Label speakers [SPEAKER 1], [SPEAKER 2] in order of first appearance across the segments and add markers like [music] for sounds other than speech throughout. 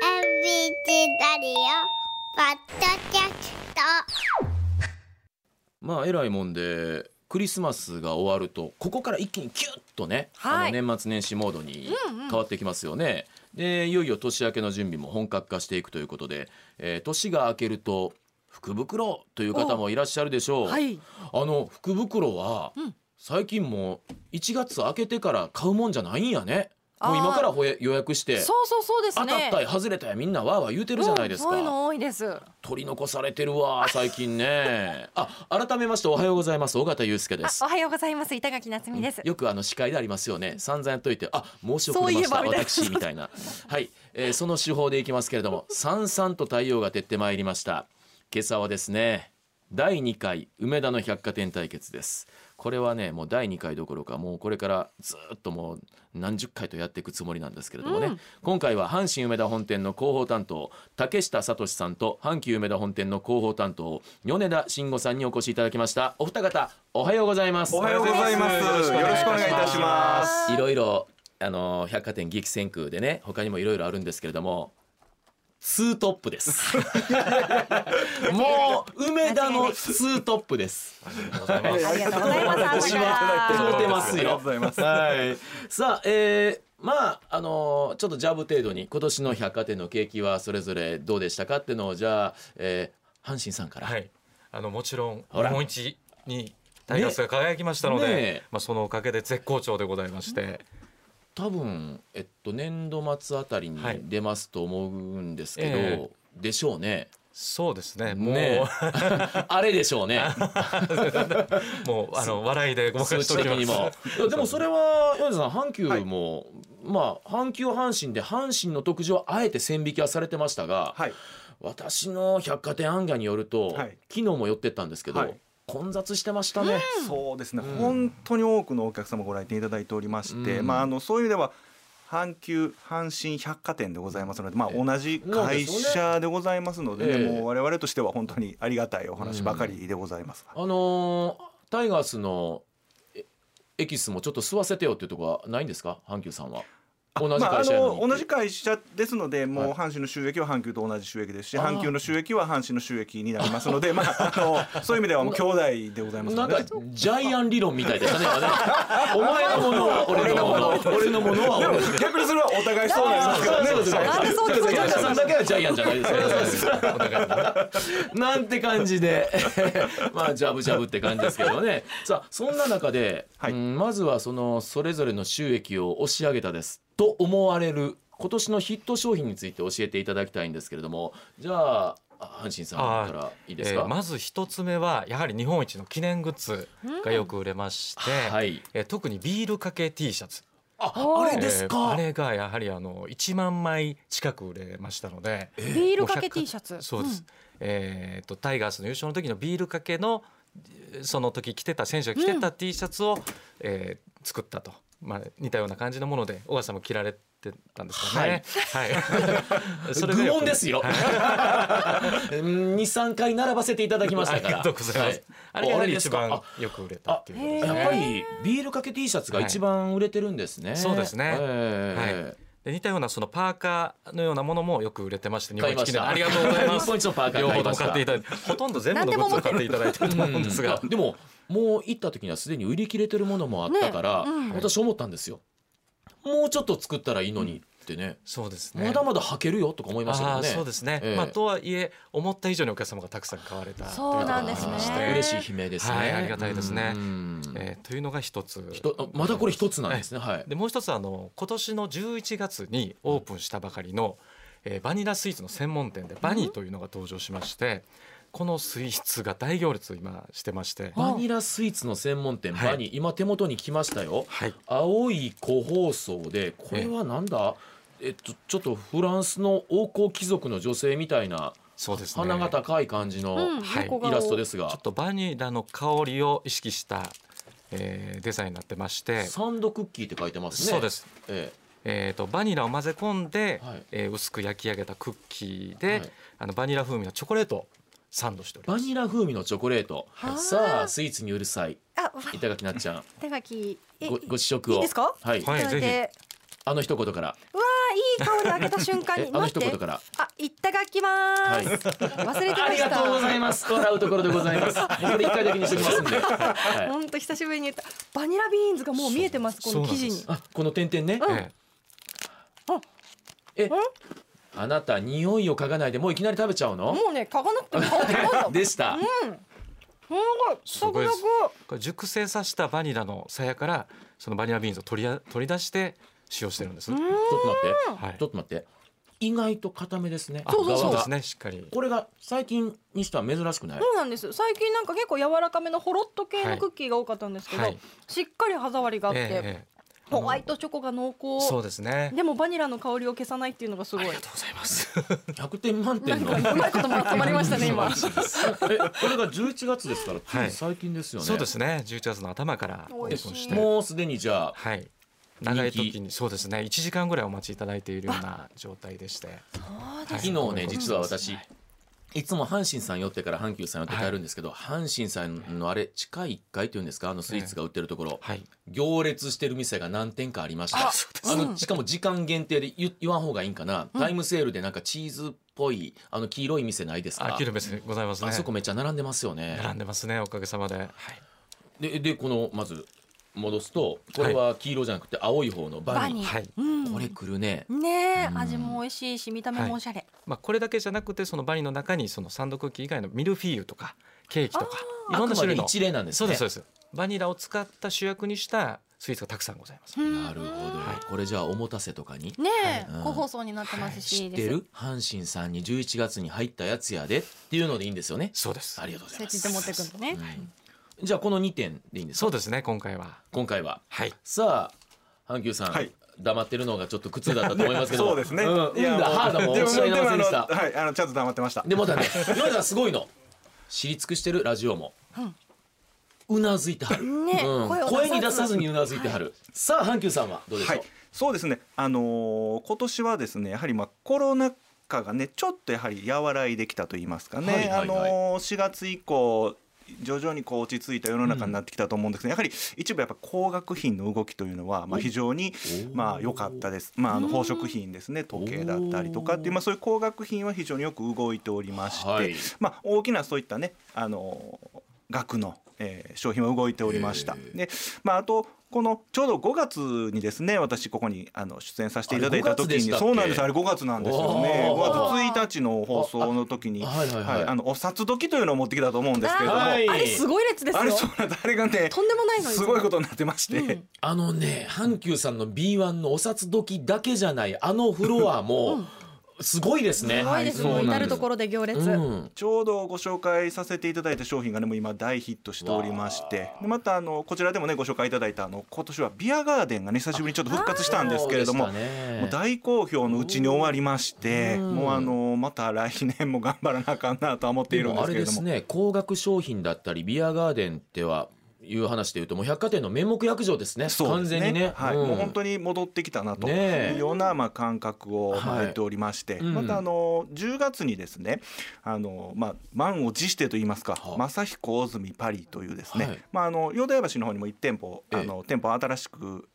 [SPEAKER 1] チラリオポッドキャスト
[SPEAKER 2] まあえらいもんでクリスマスが終わるとここから一気にキュッとね、
[SPEAKER 3] は
[SPEAKER 2] あ
[SPEAKER 3] い
[SPEAKER 2] の年末年始モードに
[SPEAKER 3] うんうん
[SPEAKER 2] 変わってきますよね。でいよいよ年明けの準備も本格化していくということで、えー年が明けると福袋という方もいらっしゃるでしょう。
[SPEAKER 3] はい。
[SPEAKER 2] あの福袋は、
[SPEAKER 3] うん
[SPEAKER 2] 最近もう1月明けてから買うもんじゃないんやね。もう今からほえ予約して、
[SPEAKER 3] そうそうそうです
[SPEAKER 2] 当
[SPEAKER 3] ね。
[SPEAKER 2] たったや外れたやみんなわーわー言うてるじゃないですか。
[SPEAKER 3] うんそういうの多いです。
[SPEAKER 2] 取り残されてるわ最近ねあ改めましておはようございます尾形祐介で
[SPEAKER 3] あ
[SPEAKER 2] す
[SPEAKER 3] おはようございます板垣夏美です。
[SPEAKER 2] よくあの司会でありますよね散々やっといてあ申し遅れました
[SPEAKER 3] そういえばみたいな
[SPEAKER 2] 私みたいなはい、えーその手法でいきますけれどもさんさんと太陽が照ってまいりました今朝はですね第2回梅田の百貨店対決ですこれはねもう第2回どころかもうこれからずっともう何十回とやっていくつもりなんですけれどもね、
[SPEAKER 3] うん
[SPEAKER 2] 今回は阪神梅田本店の広報担当竹下聡さんと阪急梅田本店の広報担当米田慎吾さんにお越しいただきましたお二方おはようございます
[SPEAKER 4] おはようございます。よろしくお願いいたします。
[SPEAKER 2] いろいろあのー百貨店激戦区でね他にもいろいろあるんですけれどもツートップです
[SPEAKER 4] [laughs]
[SPEAKER 2] もう梅田のツートップです
[SPEAKER 3] ありがとうございます。
[SPEAKER 2] 押しまくってます
[SPEAKER 4] ありがと
[SPEAKER 2] よ
[SPEAKER 4] うございます
[SPEAKER 2] はいさあえーまああのーちょっとジャブ程度に今年の百貨店の景気はそれぞれどうでしたかっていうのをじゃあ、えー阪神さんから、
[SPEAKER 5] [laughs] はい、あのもちろん
[SPEAKER 2] ほ
[SPEAKER 5] 日
[SPEAKER 2] ら
[SPEAKER 5] 本一にタイガースが輝きましたので、
[SPEAKER 2] ねね
[SPEAKER 5] まあそのおかげで絶好調でございまして、
[SPEAKER 2] 多分えっと年度末あたりに
[SPEAKER 5] はい
[SPEAKER 2] 出ますと思うんですけど、
[SPEAKER 5] え
[SPEAKER 2] でしょうね
[SPEAKER 5] そうですね、もう、
[SPEAKER 2] ね [laughs] あれでしょうね
[SPEAKER 5] もうあの笑いでごまか
[SPEAKER 2] 数
[SPEAKER 5] して
[SPEAKER 2] 値
[SPEAKER 5] お
[SPEAKER 2] 的
[SPEAKER 5] きます。
[SPEAKER 2] にもいやでもそれは米田さん阪急も、まあ阪急阪神で阪神の特需はあえて線引きはされてましたが、
[SPEAKER 4] はい。
[SPEAKER 2] 私の百貨店案外によると、
[SPEAKER 4] はい
[SPEAKER 2] 昨日も寄ってったんですけど、
[SPEAKER 4] はい
[SPEAKER 2] 混雑してましたね。
[SPEAKER 4] そうですね、
[SPEAKER 2] うん
[SPEAKER 4] 本当に多くのお客様ご来店いただいておりまして、
[SPEAKER 2] うん
[SPEAKER 4] まああのそういう意味では阪急阪神百貨店でございますので、まあ
[SPEAKER 2] ええ
[SPEAKER 4] 同じ会社でございますので、ね
[SPEAKER 2] ええ
[SPEAKER 4] もう我々としては本当にありがたいお話ばかりでございますが。
[SPEAKER 2] あのータイガースのえエキスもちょっと吸わせてよっていうとこはないんですか阪急さんは。同じ
[SPEAKER 4] まあ、あ
[SPEAKER 2] 会社やのに
[SPEAKER 4] の同じ会社ですので、も
[SPEAKER 2] は
[SPEAKER 4] う
[SPEAKER 2] い
[SPEAKER 4] 阪神の収益は阪急と同じ収益ですし、
[SPEAKER 2] あー
[SPEAKER 4] 阪急の収益は阪神の収益になりますので、まあ、あのそういう意味ではもう兄弟でございます
[SPEAKER 2] な
[SPEAKER 4] の
[SPEAKER 2] ん
[SPEAKER 4] で
[SPEAKER 2] か
[SPEAKER 4] [laughs] ね、
[SPEAKER 2] ジャイアン理論みたいでしたね。今ねお前のものは俺のもの、俺のものは俺のもの。
[SPEAKER 4] 逆にそれはお互いそうなんですけどね。
[SPEAKER 2] そうですね
[SPEAKER 3] なんでそういうことになるんですか
[SPEAKER 2] さんだけはジャイアンじゃないですよ。
[SPEAKER 5] お互いに
[SPEAKER 2] なんて感じで [laughs] まあジャブジャブって感じですけどねさあそんな中で、
[SPEAKER 4] はい
[SPEAKER 2] うんまずはそのそれぞれの収益を押し上げたですと思われる今年のヒット商品について教えていただきたいんですけれどもじゃああ阪神さんからいいです
[SPEAKER 5] え
[SPEAKER 2] か、
[SPEAKER 5] ーまず一つ目はやはり日本一の記念グッズがよく売れまして、
[SPEAKER 2] はい
[SPEAKER 5] えー特にビールかけ T シャツ、
[SPEAKER 2] あ
[SPEAKER 3] おー
[SPEAKER 2] あれです
[SPEAKER 5] えー
[SPEAKER 2] か、
[SPEAKER 5] あれがやはりあの1万枚近く売れましたので、
[SPEAKER 3] ビールかけ T シャツ。
[SPEAKER 5] そうです、えーっとタイガースの優勝の時のビールかけのえーその時着てた選手が着てた T シャツを、えー作ったと、まあ、似たような感じのもので小川さんも着られてたんですかね。は
[SPEAKER 2] [laughs]
[SPEAKER 5] い、が
[SPEAKER 2] 愚
[SPEAKER 5] よく
[SPEAKER 2] 問ですよ、23 [laughs] 回並ばせていただきまし
[SPEAKER 5] あ
[SPEAKER 2] た
[SPEAKER 5] り
[SPEAKER 2] から
[SPEAKER 5] がとうございます。
[SPEAKER 2] は
[SPEAKER 5] あれがや
[SPEAKER 2] あ
[SPEAKER 5] は
[SPEAKER 2] れ
[SPEAKER 5] り
[SPEAKER 2] です
[SPEAKER 5] 一
[SPEAKER 2] か
[SPEAKER 5] 番よく売れたっていうことです
[SPEAKER 2] や
[SPEAKER 3] あ
[SPEAKER 5] ね。
[SPEAKER 2] っぱりビールかけ T シャツが一番売れてるんですね。
[SPEAKER 5] いそうですね
[SPEAKER 2] ええ
[SPEAKER 5] で似たようなそのパーカーのようなものもよく売れてまして日
[SPEAKER 2] 買いま
[SPEAKER 5] 記
[SPEAKER 2] した。
[SPEAKER 5] 念ありがとうございま
[SPEAKER 2] 日
[SPEAKER 5] す
[SPEAKER 2] 本。一のパーカー
[SPEAKER 5] 両
[SPEAKER 2] 買いま
[SPEAKER 5] 方とも
[SPEAKER 2] した。
[SPEAKER 5] 買っていただいてほとんど全部のグッズを買っていただいてると思うんですが
[SPEAKER 2] うんでももう行った時にはすでに売り切れてるものもあったから、
[SPEAKER 3] ねうん
[SPEAKER 2] 私思ったんですよ。もうちょっと作ったらいいのにってね。
[SPEAKER 5] そうですね。
[SPEAKER 2] まだまだ履けるよとか思いましたけ
[SPEAKER 5] あ
[SPEAKER 2] ど
[SPEAKER 5] あ
[SPEAKER 2] ね。
[SPEAKER 5] そうですね、
[SPEAKER 2] ええ
[SPEAKER 5] まあとはいえ思った以上にお客様がたくさん買われた
[SPEAKER 3] そうなんですね
[SPEAKER 5] ということがありまして
[SPEAKER 2] 嬉しい悲鳴ですね。
[SPEAKER 5] はいありがたいですね
[SPEAKER 2] うん
[SPEAKER 5] えーというのが一つ
[SPEAKER 2] ひとあまだこれ一つなんですね。はい。
[SPEAKER 5] でもう一つあの今年の11月にオープンしたばかりの、えーバニラスイーツの専門店でバニーというのが登場しまして、このスイーツが大行列を今してまして、
[SPEAKER 2] バニラスイーツの専門店
[SPEAKER 5] はい
[SPEAKER 2] バニ、今手元に来ましたよ。
[SPEAKER 5] はい
[SPEAKER 2] 青い個包装でこれはなんだえっとちょっとフランスの王侯貴族の女性みたいな
[SPEAKER 5] そうですね
[SPEAKER 2] 鼻が
[SPEAKER 5] ちょ
[SPEAKER 2] 高い感じ
[SPEAKER 3] うん
[SPEAKER 2] の
[SPEAKER 5] はい
[SPEAKER 3] 横
[SPEAKER 2] イ
[SPEAKER 3] 顔
[SPEAKER 2] ラストですが
[SPEAKER 5] っとバニラの香りを意識した、えーデザインになってまして、
[SPEAKER 2] サンドクッキーって書いてますね
[SPEAKER 5] そうです
[SPEAKER 2] え
[SPEAKER 5] えー、とバニラを混ぜ込んで、
[SPEAKER 2] はい
[SPEAKER 5] えー薄く焼き上げたクッキーで、
[SPEAKER 2] はい
[SPEAKER 5] あのバニラ風味のチョコレートをサンドしてお
[SPEAKER 2] え
[SPEAKER 5] りま
[SPEAKER 2] バ
[SPEAKER 5] す。
[SPEAKER 2] ニラ風味のチョコレート
[SPEAKER 3] はいあー
[SPEAKER 2] さあスイーツにうるさい
[SPEAKER 3] あ、
[SPEAKER 2] 板垣なっちゃん
[SPEAKER 3] 手書き。え
[SPEAKER 2] ごご試食を
[SPEAKER 3] いいですか
[SPEAKER 2] はい
[SPEAKER 5] はい
[SPEAKER 3] いただいて
[SPEAKER 5] ぜ
[SPEAKER 2] あの一言から
[SPEAKER 3] うわいい香りを開けた瞬間
[SPEAKER 2] [laughs] え
[SPEAKER 3] に
[SPEAKER 2] あの
[SPEAKER 3] 待
[SPEAKER 2] 一
[SPEAKER 3] って
[SPEAKER 2] 言から
[SPEAKER 3] あいただきます、
[SPEAKER 2] はい
[SPEAKER 3] 忘れて
[SPEAKER 2] あ
[SPEAKER 3] ま
[SPEAKER 2] り
[SPEAKER 3] し
[SPEAKER 2] がとうご
[SPEAKER 3] た
[SPEAKER 2] ざいますと笑うところでござい
[SPEAKER 3] [laughs]
[SPEAKER 2] ますこれ一回だけにしておきますんで、はい、
[SPEAKER 3] 本当久しぶりに言ったバニラビーンズがもう見えてますこの生地に
[SPEAKER 5] そ
[SPEAKER 2] あこの点々ね
[SPEAKER 5] ええ
[SPEAKER 2] えあなた匂いを嗅がないでもういきなり食べちゃうの
[SPEAKER 3] もうね嗅がなくても香ってこないんだ
[SPEAKER 2] [laughs] でした
[SPEAKER 3] すごいサクサ
[SPEAKER 5] すこれ熟成させたバニラのさやからそのバニラビーンズを取りや取り出して使用してるんです。
[SPEAKER 3] ん
[SPEAKER 2] ちょっと待って
[SPEAKER 5] はい
[SPEAKER 2] ちょっと待って意外と固めですね
[SPEAKER 5] あ
[SPEAKER 3] そうそうそ
[SPEAKER 2] 側
[SPEAKER 3] う
[SPEAKER 5] で
[SPEAKER 2] が
[SPEAKER 5] すねしっかり。
[SPEAKER 2] これが最近にしては珍しくない
[SPEAKER 3] そうなんです最近なんか結構柔らかめのほろっと系のクッキーが多かったんですけど、
[SPEAKER 5] はい
[SPEAKER 3] しっかり歯触りがあって、
[SPEAKER 5] ええええ
[SPEAKER 3] ホワイトチョコが濃厚
[SPEAKER 5] そうですね。
[SPEAKER 3] でもバニラの香りを消さないっていうのがすごい
[SPEAKER 5] ございます。
[SPEAKER 2] 100点満
[SPEAKER 3] なん
[SPEAKER 2] 点の
[SPEAKER 3] かうまいことまとまりましたね今
[SPEAKER 2] えこれが11月ですからつ
[SPEAKER 5] はい
[SPEAKER 2] い最近ですよね
[SPEAKER 5] [laughs] そうですね。11月の頭からオー
[SPEAKER 3] 美
[SPEAKER 5] プン
[SPEAKER 3] 味しい
[SPEAKER 5] し
[SPEAKER 3] ね
[SPEAKER 5] て、
[SPEAKER 2] もうすでにじゃあ
[SPEAKER 5] はい。長い
[SPEAKER 2] 人
[SPEAKER 5] 時にそうですね。1時間ぐらいお待ちいただいているような状態でして、
[SPEAKER 2] 昨日ね実は私いつも阪神さん寄ってから阪急さん寄って帰るんですけど、阪神さんのあれ地下1階というんですかあのスイーツが売ってるところ、
[SPEAKER 5] はい。
[SPEAKER 2] 行列してる店が何店かありましたあのしかも時間限定で言言わん方がいいんかな、タイムセールでなんかチーズっぽいあの黄色い店ないです
[SPEAKER 5] あ
[SPEAKER 2] か
[SPEAKER 5] キルベスございますね。
[SPEAKER 2] あそこめっちゃ並んでますよね
[SPEAKER 5] 並んでますね。おかげさまで。はい。
[SPEAKER 2] ででこのまず戻すとこれは黄色じゃなくて青い方のバニ
[SPEAKER 5] はい。
[SPEAKER 3] うん
[SPEAKER 2] ーこれくるね
[SPEAKER 3] ねえ味も美味しいし見た目もおしゃれ、
[SPEAKER 5] まあ、これだけじゃなくてそのバニの中にそのサンドクッキー以外のミルフィーユとかケーキとかい
[SPEAKER 2] あ
[SPEAKER 5] ろん
[SPEAKER 2] くま
[SPEAKER 5] な種
[SPEAKER 2] で
[SPEAKER 5] 類の
[SPEAKER 2] 一例なんです
[SPEAKER 5] そう
[SPEAKER 2] ね
[SPEAKER 5] ですそうですバニラを使った主役にしたスイーツがたくさんございます。
[SPEAKER 2] なるほど、これじゃあおもたせとかに
[SPEAKER 3] ねえ、
[SPEAKER 2] うん
[SPEAKER 3] 個包装になってますし、
[SPEAKER 2] 知っ
[SPEAKER 3] いいです
[SPEAKER 2] てる阪神さんに11月に入ったやつやでっていうのでいいんですよね
[SPEAKER 5] そうです
[SPEAKER 2] ありがとうござ
[SPEAKER 3] そ
[SPEAKER 2] いうま
[SPEAKER 3] やって
[SPEAKER 2] す
[SPEAKER 3] 持ってくんだね、
[SPEAKER 2] じゃあこの2点でいいんです
[SPEAKER 5] そ
[SPEAKER 2] か
[SPEAKER 5] うですね今回は
[SPEAKER 2] 今回は
[SPEAKER 5] はい
[SPEAKER 2] さあ阪急さん、
[SPEAKER 4] はい
[SPEAKER 2] 黙ってるのがちょっと苦痛だったと思いますけども
[SPEAKER 4] そうですね。
[SPEAKER 2] うん、うんだハードもおっしゃいませんでした
[SPEAKER 4] でもあのはい、あのちゃんと黙ってました。
[SPEAKER 2] でもだね今田すごいの知り尽くしてるラジオも、うなずいてはる、
[SPEAKER 3] ね
[SPEAKER 2] うん
[SPEAKER 3] 声を出さず
[SPEAKER 2] 声に出さずにうなずいてはる、さあ阪急さんはどうでしょ
[SPEAKER 4] は
[SPEAKER 2] う、
[SPEAKER 4] い、そうですね。あのー今年はですね、やはりまあコロナ禍がね、ちょっとやはり和らいできたと言いますか
[SPEAKER 2] は
[SPEAKER 4] ね。
[SPEAKER 2] いはいはい
[SPEAKER 4] あのー4月以降。徐々にこう落ち着いた世の中になってきたと思うんですけど、やはり一部やっぱ高額品の動きというのはまあ非常に
[SPEAKER 2] おー
[SPEAKER 4] まあ良かったです、まあ、あの宝飾品ですね時計だったりとかっていう、まあ、そういう高額品は非常によく動いておりまして、
[SPEAKER 2] はい
[SPEAKER 4] まあ、大きなそういったね、あの額の、えー商品は動いておりました。で、まあ、あとこのちょうど5月にですね私ここにあの出演させていただいた
[SPEAKER 2] あれ5月
[SPEAKER 4] 時
[SPEAKER 2] でし
[SPEAKER 4] に
[SPEAKER 2] たっけ
[SPEAKER 4] そうなんですあれ5月なんですよね
[SPEAKER 2] おー
[SPEAKER 4] 5月1日の放送の時に
[SPEAKER 2] あはいはいはい
[SPEAKER 4] あのお札時というのを持ってきたと思うんですけれども、
[SPEAKER 2] はい
[SPEAKER 3] あれすごい列ですよ
[SPEAKER 4] あれそうなんですあれがね
[SPEAKER 3] とんでもないのに
[SPEAKER 4] すごいことになってまして、
[SPEAKER 2] あのね阪急さんの B1 のお札時だけじゃないあのフロアもすごいですね、
[SPEAKER 3] すごいです
[SPEAKER 2] は
[SPEAKER 3] もう
[SPEAKER 2] そうなん
[SPEAKER 3] 至
[SPEAKER 2] です
[SPEAKER 3] る所で行列、
[SPEAKER 2] うん
[SPEAKER 4] ちょうどご紹介させていただいた商品がねもう今大ヒットしておりましてでまたあのこちらでもねご紹介いただいたあの今年はビアガーデンがね久しぶりにちょっと復活したんですけれども
[SPEAKER 2] そうでしたね
[SPEAKER 4] もう大好評のうちに終わりまして
[SPEAKER 2] うん
[SPEAKER 4] もうあのまた来年も頑張らなあかんなとは思ってい
[SPEAKER 2] で
[SPEAKER 4] る
[SPEAKER 2] も
[SPEAKER 4] んで
[SPEAKER 2] あ
[SPEAKER 4] す
[SPEAKER 2] れ
[SPEAKER 4] け
[SPEAKER 2] で
[SPEAKER 4] れども
[SPEAKER 2] すね高額商品だったりビアガーデンってはいう話でいうともう百貨店の面目役場ですね
[SPEAKER 4] そうです
[SPEAKER 2] 完全にね、
[SPEAKER 4] はい
[SPEAKER 2] ん
[SPEAKER 4] もう本当に戻ってきたなと
[SPEAKER 2] ねえ
[SPEAKER 4] いうようなまあ感覚をまあ
[SPEAKER 2] はい
[SPEAKER 4] 得ておりまして、
[SPEAKER 2] うん
[SPEAKER 4] またあの10月にですねあの、まあ、満を持してといいますか
[SPEAKER 2] は
[SPEAKER 4] 「正彦大住パリ」というですね、
[SPEAKER 2] はい
[SPEAKER 4] まあ、あの淀屋橋の方にも1店舗
[SPEAKER 2] ええ
[SPEAKER 4] あの店舗新しく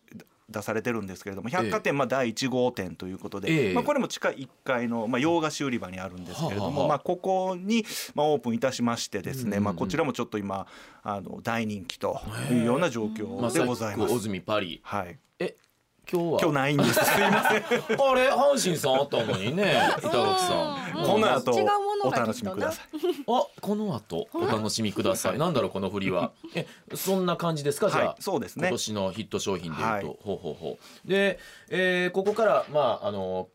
[SPEAKER 4] 出されてるんですけれども
[SPEAKER 2] え
[SPEAKER 4] 百貨店まあ第1号店ということで、
[SPEAKER 2] ええ
[SPEAKER 4] まあ、これも地下1階のまあ洋菓子売り場にあるんですけれど
[SPEAKER 2] ははは
[SPEAKER 4] も、まあ、ここにまあオープンいたしましてで
[SPEAKER 2] う
[SPEAKER 4] す
[SPEAKER 2] んうん
[SPEAKER 4] ね、
[SPEAKER 2] うん
[SPEAKER 4] まあ、こちらもちょっと今あの大人気というような状況でございま
[SPEAKER 2] 正彦小
[SPEAKER 4] す。
[SPEAKER 2] 住パリ
[SPEAKER 4] はい
[SPEAKER 2] え今日は
[SPEAKER 4] 今日ないん [laughs] です。すいません。
[SPEAKER 2] あれ阪神さんあったのに
[SPEAKER 4] [laughs]
[SPEAKER 2] ね板垣さん
[SPEAKER 3] うん
[SPEAKER 4] この後
[SPEAKER 3] 違うもの
[SPEAKER 4] お
[SPEAKER 3] が
[SPEAKER 4] 楽しみください。
[SPEAKER 2] あこの後お楽しみくださいなんだろうこの振りはえそんな感じですかじゃあ、
[SPEAKER 4] はいそうですね
[SPEAKER 2] 今年のヒット商品でいうと、
[SPEAKER 4] はい
[SPEAKER 2] ほうほうほうで、えーここからまああの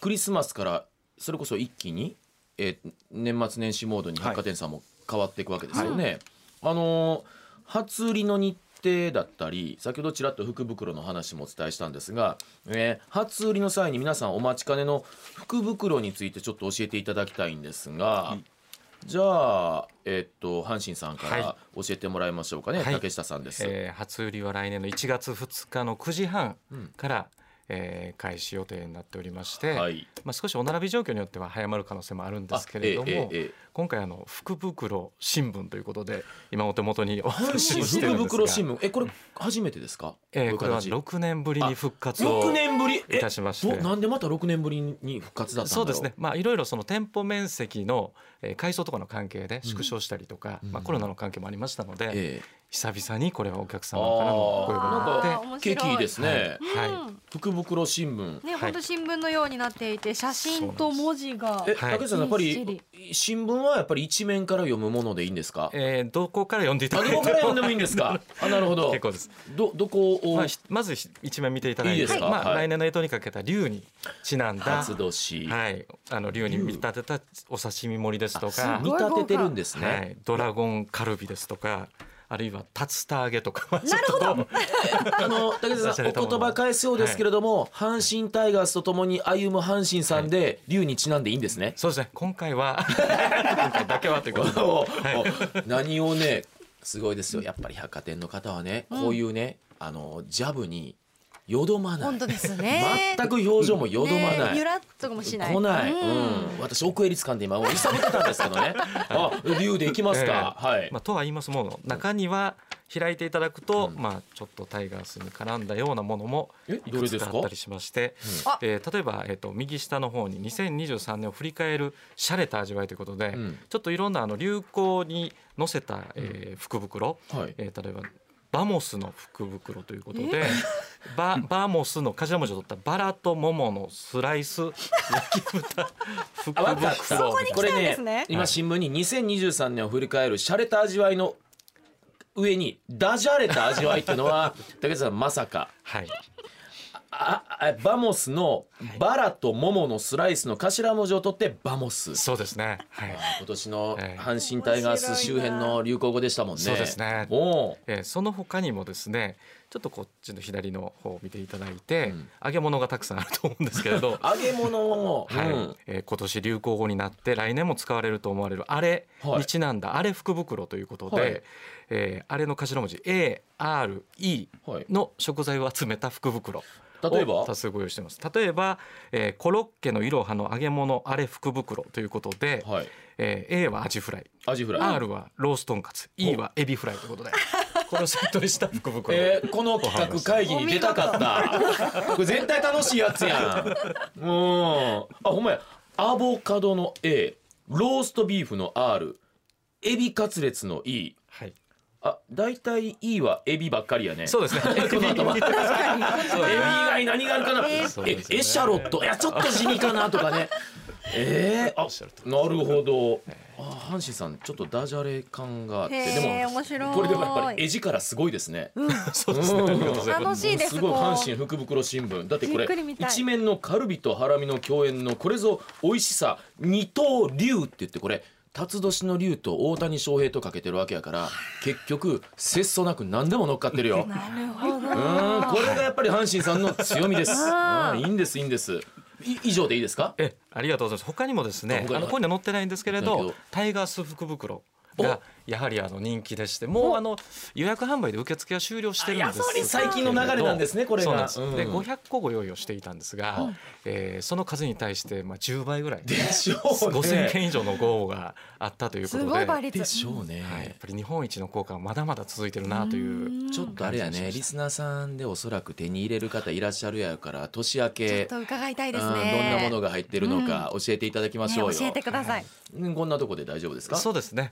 [SPEAKER 2] クリスマスからそれこそ一気に、えー年末年始モードに百貨店さんも変わっていくわけですよね、あの初売りの日程だったり先ほどちらっと福袋の話もお伝えしたんですが、えー初売りの際に皆さんお待ちかねの福袋についてちょっと教えていただきたいんですが、じゃあ、えっと阪神さんから
[SPEAKER 5] は
[SPEAKER 2] 教えてもらいましょうかね、
[SPEAKER 5] はい
[SPEAKER 2] 竹下さんです、
[SPEAKER 5] えー初売りは来年の1月2日の9時半から、えー開始予定になっておりまして、
[SPEAKER 2] はい。
[SPEAKER 5] まあ、少しお並び状況によっては早まる可能性もあるんですけれども、
[SPEAKER 2] あええええええ
[SPEAKER 5] 今回あの福袋新聞ということで今お手元にお話
[SPEAKER 2] 福
[SPEAKER 5] をしてるんですが
[SPEAKER 2] 袋新聞えこれ初めてですか？
[SPEAKER 5] えーこれは
[SPEAKER 2] こういう
[SPEAKER 5] 6年ぶりに復
[SPEAKER 2] 形
[SPEAKER 5] 活を
[SPEAKER 2] 六年ぶり
[SPEAKER 5] いたしまして
[SPEAKER 2] どなんでまた六年ぶりに復活だったんだろう。
[SPEAKER 5] そうですね。まあいろいろその店舗面積のえー改装とかの関係で縮小したりとか、
[SPEAKER 2] うん
[SPEAKER 5] まあコロナの関係もありましたので、
[SPEAKER 2] ええ
[SPEAKER 5] 久々にこれはお客様からのご要望
[SPEAKER 2] あ
[SPEAKER 5] が
[SPEAKER 2] あ
[SPEAKER 5] あって
[SPEAKER 2] なんか
[SPEAKER 3] あー面白い
[SPEAKER 2] 景気いいですね。
[SPEAKER 5] はい
[SPEAKER 3] うん
[SPEAKER 2] 福袋新聞。
[SPEAKER 3] ね、
[SPEAKER 5] はい
[SPEAKER 3] 本当新聞のようになっていて、写真と文字が。
[SPEAKER 2] え、
[SPEAKER 5] はい
[SPEAKER 2] 竹内さんやっぱ
[SPEAKER 3] ぎっ
[SPEAKER 2] り新聞はやっぱり一面から読むものでいいんですか？
[SPEAKER 5] えーどこから読んでいた
[SPEAKER 2] あ
[SPEAKER 5] だい
[SPEAKER 2] ど
[SPEAKER 5] て
[SPEAKER 2] こ
[SPEAKER 5] も
[SPEAKER 2] から読んでもいいんです
[SPEAKER 5] [laughs]
[SPEAKER 2] か？あなるほど。
[SPEAKER 5] 結構です。
[SPEAKER 2] どどこを
[SPEAKER 5] まあひまずひ一面見ていただいて、
[SPEAKER 2] いいですか
[SPEAKER 5] まあ
[SPEAKER 2] はい
[SPEAKER 5] 来年の干支にかけた龍にちなんだ。
[SPEAKER 2] 初年、
[SPEAKER 5] はい、あの竜に見立てたお刺身盛りですと
[SPEAKER 2] あ
[SPEAKER 5] か、
[SPEAKER 2] 見立ててるんですね。
[SPEAKER 5] はい、ドラゴンカルビですとか、あるいは竜田揚げとか。
[SPEAKER 3] なるほ
[SPEAKER 5] [laughs]
[SPEAKER 3] ど。
[SPEAKER 2] あの竹内さんお言葉返すようですけれども、阪神タイガースとともに歩む阪神さんで龍にちなんでいいんですね。
[SPEAKER 5] そうですね。今回は今回だけはということ
[SPEAKER 2] [laughs] お
[SPEAKER 5] で。
[SPEAKER 2] 何をねすごいですよやっぱり百貨店の方はね、こういうねあのジャブによどまな
[SPEAKER 3] 本
[SPEAKER 2] い
[SPEAKER 3] 当ですね。
[SPEAKER 2] 全く表情もよどまない。
[SPEAKER 3] ねゆらっともしない。
[SPEAKER 2] 来ない、うん
[SPEAKER 3] うん
[SPEAKER 2] 私奥襟掴んで今もう揺さぶってたんですけど
[SPEAKER 3] [laughs]
[SPEAKER 2] ねあ竜でいきますか、 [laughs] はい、
[SPEAKER 5] まあとは言いますもの中には開いていただくと、まあちょっとタイガースに絡んだようなものも
[SPEAKER 2] え
[SPEAKER 5] い
[SPEAKER 2] ど
[SPEAKER 5] く
[SPEAKER 2] れ
[SPEAKER 5] つ
[SPEAKER 2] です
[SPEAKER 5] か
[SPEAKER 2] か
[SPEAKER 5] あったりしまして、
[SPEAKER 3] あ
[SPEAKER 5] えー例えばえっ、と右下の方に2023年を振り返る洒落た味わいということで、
[SPEAKER 2] うん
[SPEAKER 5] ちょっといろんなあの流行に載せた、えー福袋、
[SPEAKER 2] はい
[SPEAKER 5] えー例えばバモスの福袋ということで、ババモスの頭文字を取ったバラと桃のスライス焼き豚福
[SPEAKER 2] あ、わか
[SPEAKER 5] 袋
[SPEAKER 2] った。
[SPEAKER 3] こに来たんですね
[SPEAKER 2] 今新聞に2023年を振り返る洒落た味わいの上にダジャレた味わいっていうのは
[SPEAKER 5] [laughs]
[SPEAKER 2] 竹内さんまさか
[SPEAKER 5] はい
[SPEAKER 2] ああバモスのバラと桃のスライスの頭文字を取ってバモス。
[SPEAKER 5] そうですねはい。
[SPEAKER 2] 今年の
[SPEAKER 5] ええ
[SPEAKER 2] 阪神タイガース周辺の流行語でしたもんね。
[SPEAKER 5] そうですね
[SPEAKER 2] おう
[SPEAKER 5] えーその他にもですねちょっとこっちの左の方を見ていただいて、
[SPEAKER 2] うん、
[SPEAKER 5] 揚げ物がたくさんあると思うんですけれど
[SPEAKER 2] [laughs] 揚げ物を、
[SPEAKER 5] はい
[SPEAKER 2] うん
[SPEAKER 5] えー今年流行語になって来年も使われると思われるあれ
[SPEAKER 2] はい
[SPEAKER 5] にちなんだ、あれ福袋ということで、
[SPEAKER 2] はい
[SPEAKER 5] えーあれの頭文字 ARE
[SPEAKER 2] はい
[SPEAKER 5] の食材を集めた福袋。
[SPEAKER 2] 例えば
[SPEAKER 5] を多数ご用意してます例えば、えーコロッケのいろはの揚げ物あれ福袋ということで、
[SPEAKER 2] はい、
[SPEAKER 5] えー A はアジフライ
[SPEAKER 2] アジフライ。
[SPEAKER 5] R はローストンカツ E はエビフライというこ
[SPEAKER 2] [laughs]
[SPEAKER 5] とでこれをセットにした福袋、
[SPEAKER 2] えーこの企画会議に出たかった。これ絶対楽しいやつや [laughs] ん。うん。あ、ほんまや。アボカドの A、ローストビーフの R、エビカツレツの E。
[SPEAKER 5] はい、
[SPEAKER 2] あ、大体 E はエビばっかりやね。
[SPEAKER 5] そう
[SPEAKER 2] う。
[SPEAKER 5] ですね
[SPEAKER 2] [laughs] この頭エビ以外何があるかな。え
[SPEAKER 5] そうですね
[SPEAKER 2] エシャロット。いや、ちょっと地味かなとかね。 [laughs] えー、あ、なるほど。あ、阪神さん、ちょっとダジャレ感があって、
[SPEAKER 3] へえ、
[SPEAKER 2] でも。
[SPEAKER 3] 面白い。
[SPEAKER 2] これでもやっぱり絵力すごいですね。
[SPEAKER 5] そうですねありがとうございます
[SPEAKER 3] 楽しいです。
[SPEAKER 2] ごい
[SPEAKER 3] こう
[SPEAKER 2] 阪神福袋新聞だってこ
[SPEAKER 3] じ
[SPEAKER 2] れ
[SPEAKER 3] っくり見たい
[SPEAKER 2] 一面のカルビとハラミの共演のこれぞ美味しさ二刀流って言ってこれ辰年の竜と大谷翔平とかけてるわけやから結局節操なく何でも乗っかってるよ。
[SPEAKER 3] [laughs] なるほど。
[SPEAKER 2] うーんこれがやっぱり阪神さんの強みです。
[SPEAKER 3] [laughs] あー
[SPEAKER 2] うんいいんですいいんです。い以上でいいですか？
[SPEAKER 5] えありがとうございます他にもです
[SPEAKER 2] あ
[SPEAKER 5] ね
[SPEAKER 2] 他に
[SPEAKER 5] あのここには載ってないんですけれ
[SPEAKER 2] だけ
[SPEAKER 5] ど
[SPEAKER 2] ど
[SPEAKER 5] タイガース福袋がやはりあの人気でしてもうあの予約販売で受付は終了してるんです
[SPEAKER 2] あいやそう最近の流れなんですねこれが
[SPEAKER 5] そうなんです
[SPEAKER 2] うん
[SPEAKER 5] で500個ご用意をしていたんですがえーその数に対してまあ10倍ぐら
[SPEAKER 2] [laughs]
[SPEAKER 5] い
[SPEAKER 2] でしょうね。
[SPEAKER 5] 5000件以上のご応募があったというこ
[SPEAKER 3] す
[SPEAKER 5] とで
[SPEAKER 3] ごい倍率。
[SPEAKER 2] でしょうね。
[SPEAKER 5] はい、やっぱり日本一の効果はまだまだ続いてるなという。
[SPEAKER 2] ちょっとあれやねリスナーさんでおそらく手に入れる方いらっしゃるやろから年明
[SPEAKER 3] ちょっ
[SPEAKER 2] け
[SPEAKER 3] と伺いたいです
[SPEAKER 2] うん
[SPEAKER 3] ね。
[SPEAKER 2] どんなものが入ってるのか教えていただきましょうよ。
[SPEAKER 3] ね教えてください。
[SPEAKER 2] うんこんなとこで大丈夫ですか。
[SPEAKER 5] そうですね。